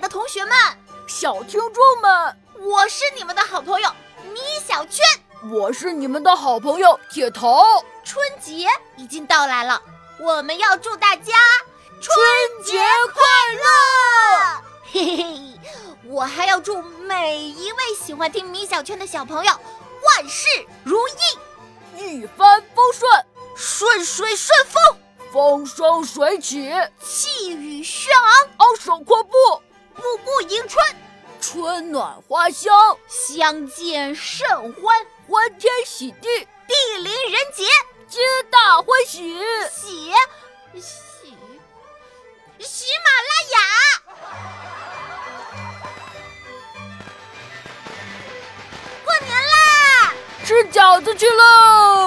的同学们、小听众们，我是你们的好朋友米小圈，我是你们的好朋友铁头。春节已经到来了，我们要祝大家春节快乐！嘿嘿，我还要祝每一位喜欢听米小圈的小朋友万事如意，一帆风顺，顺水顺风。风生水起，气宇轩昂，昂首阔步，步步迎春，春暖花香，相见甚欢，欢天喜地，地灵人杰，皆大欢喜，喜喜喜马拉雅，过年啦！吃饺子去喽！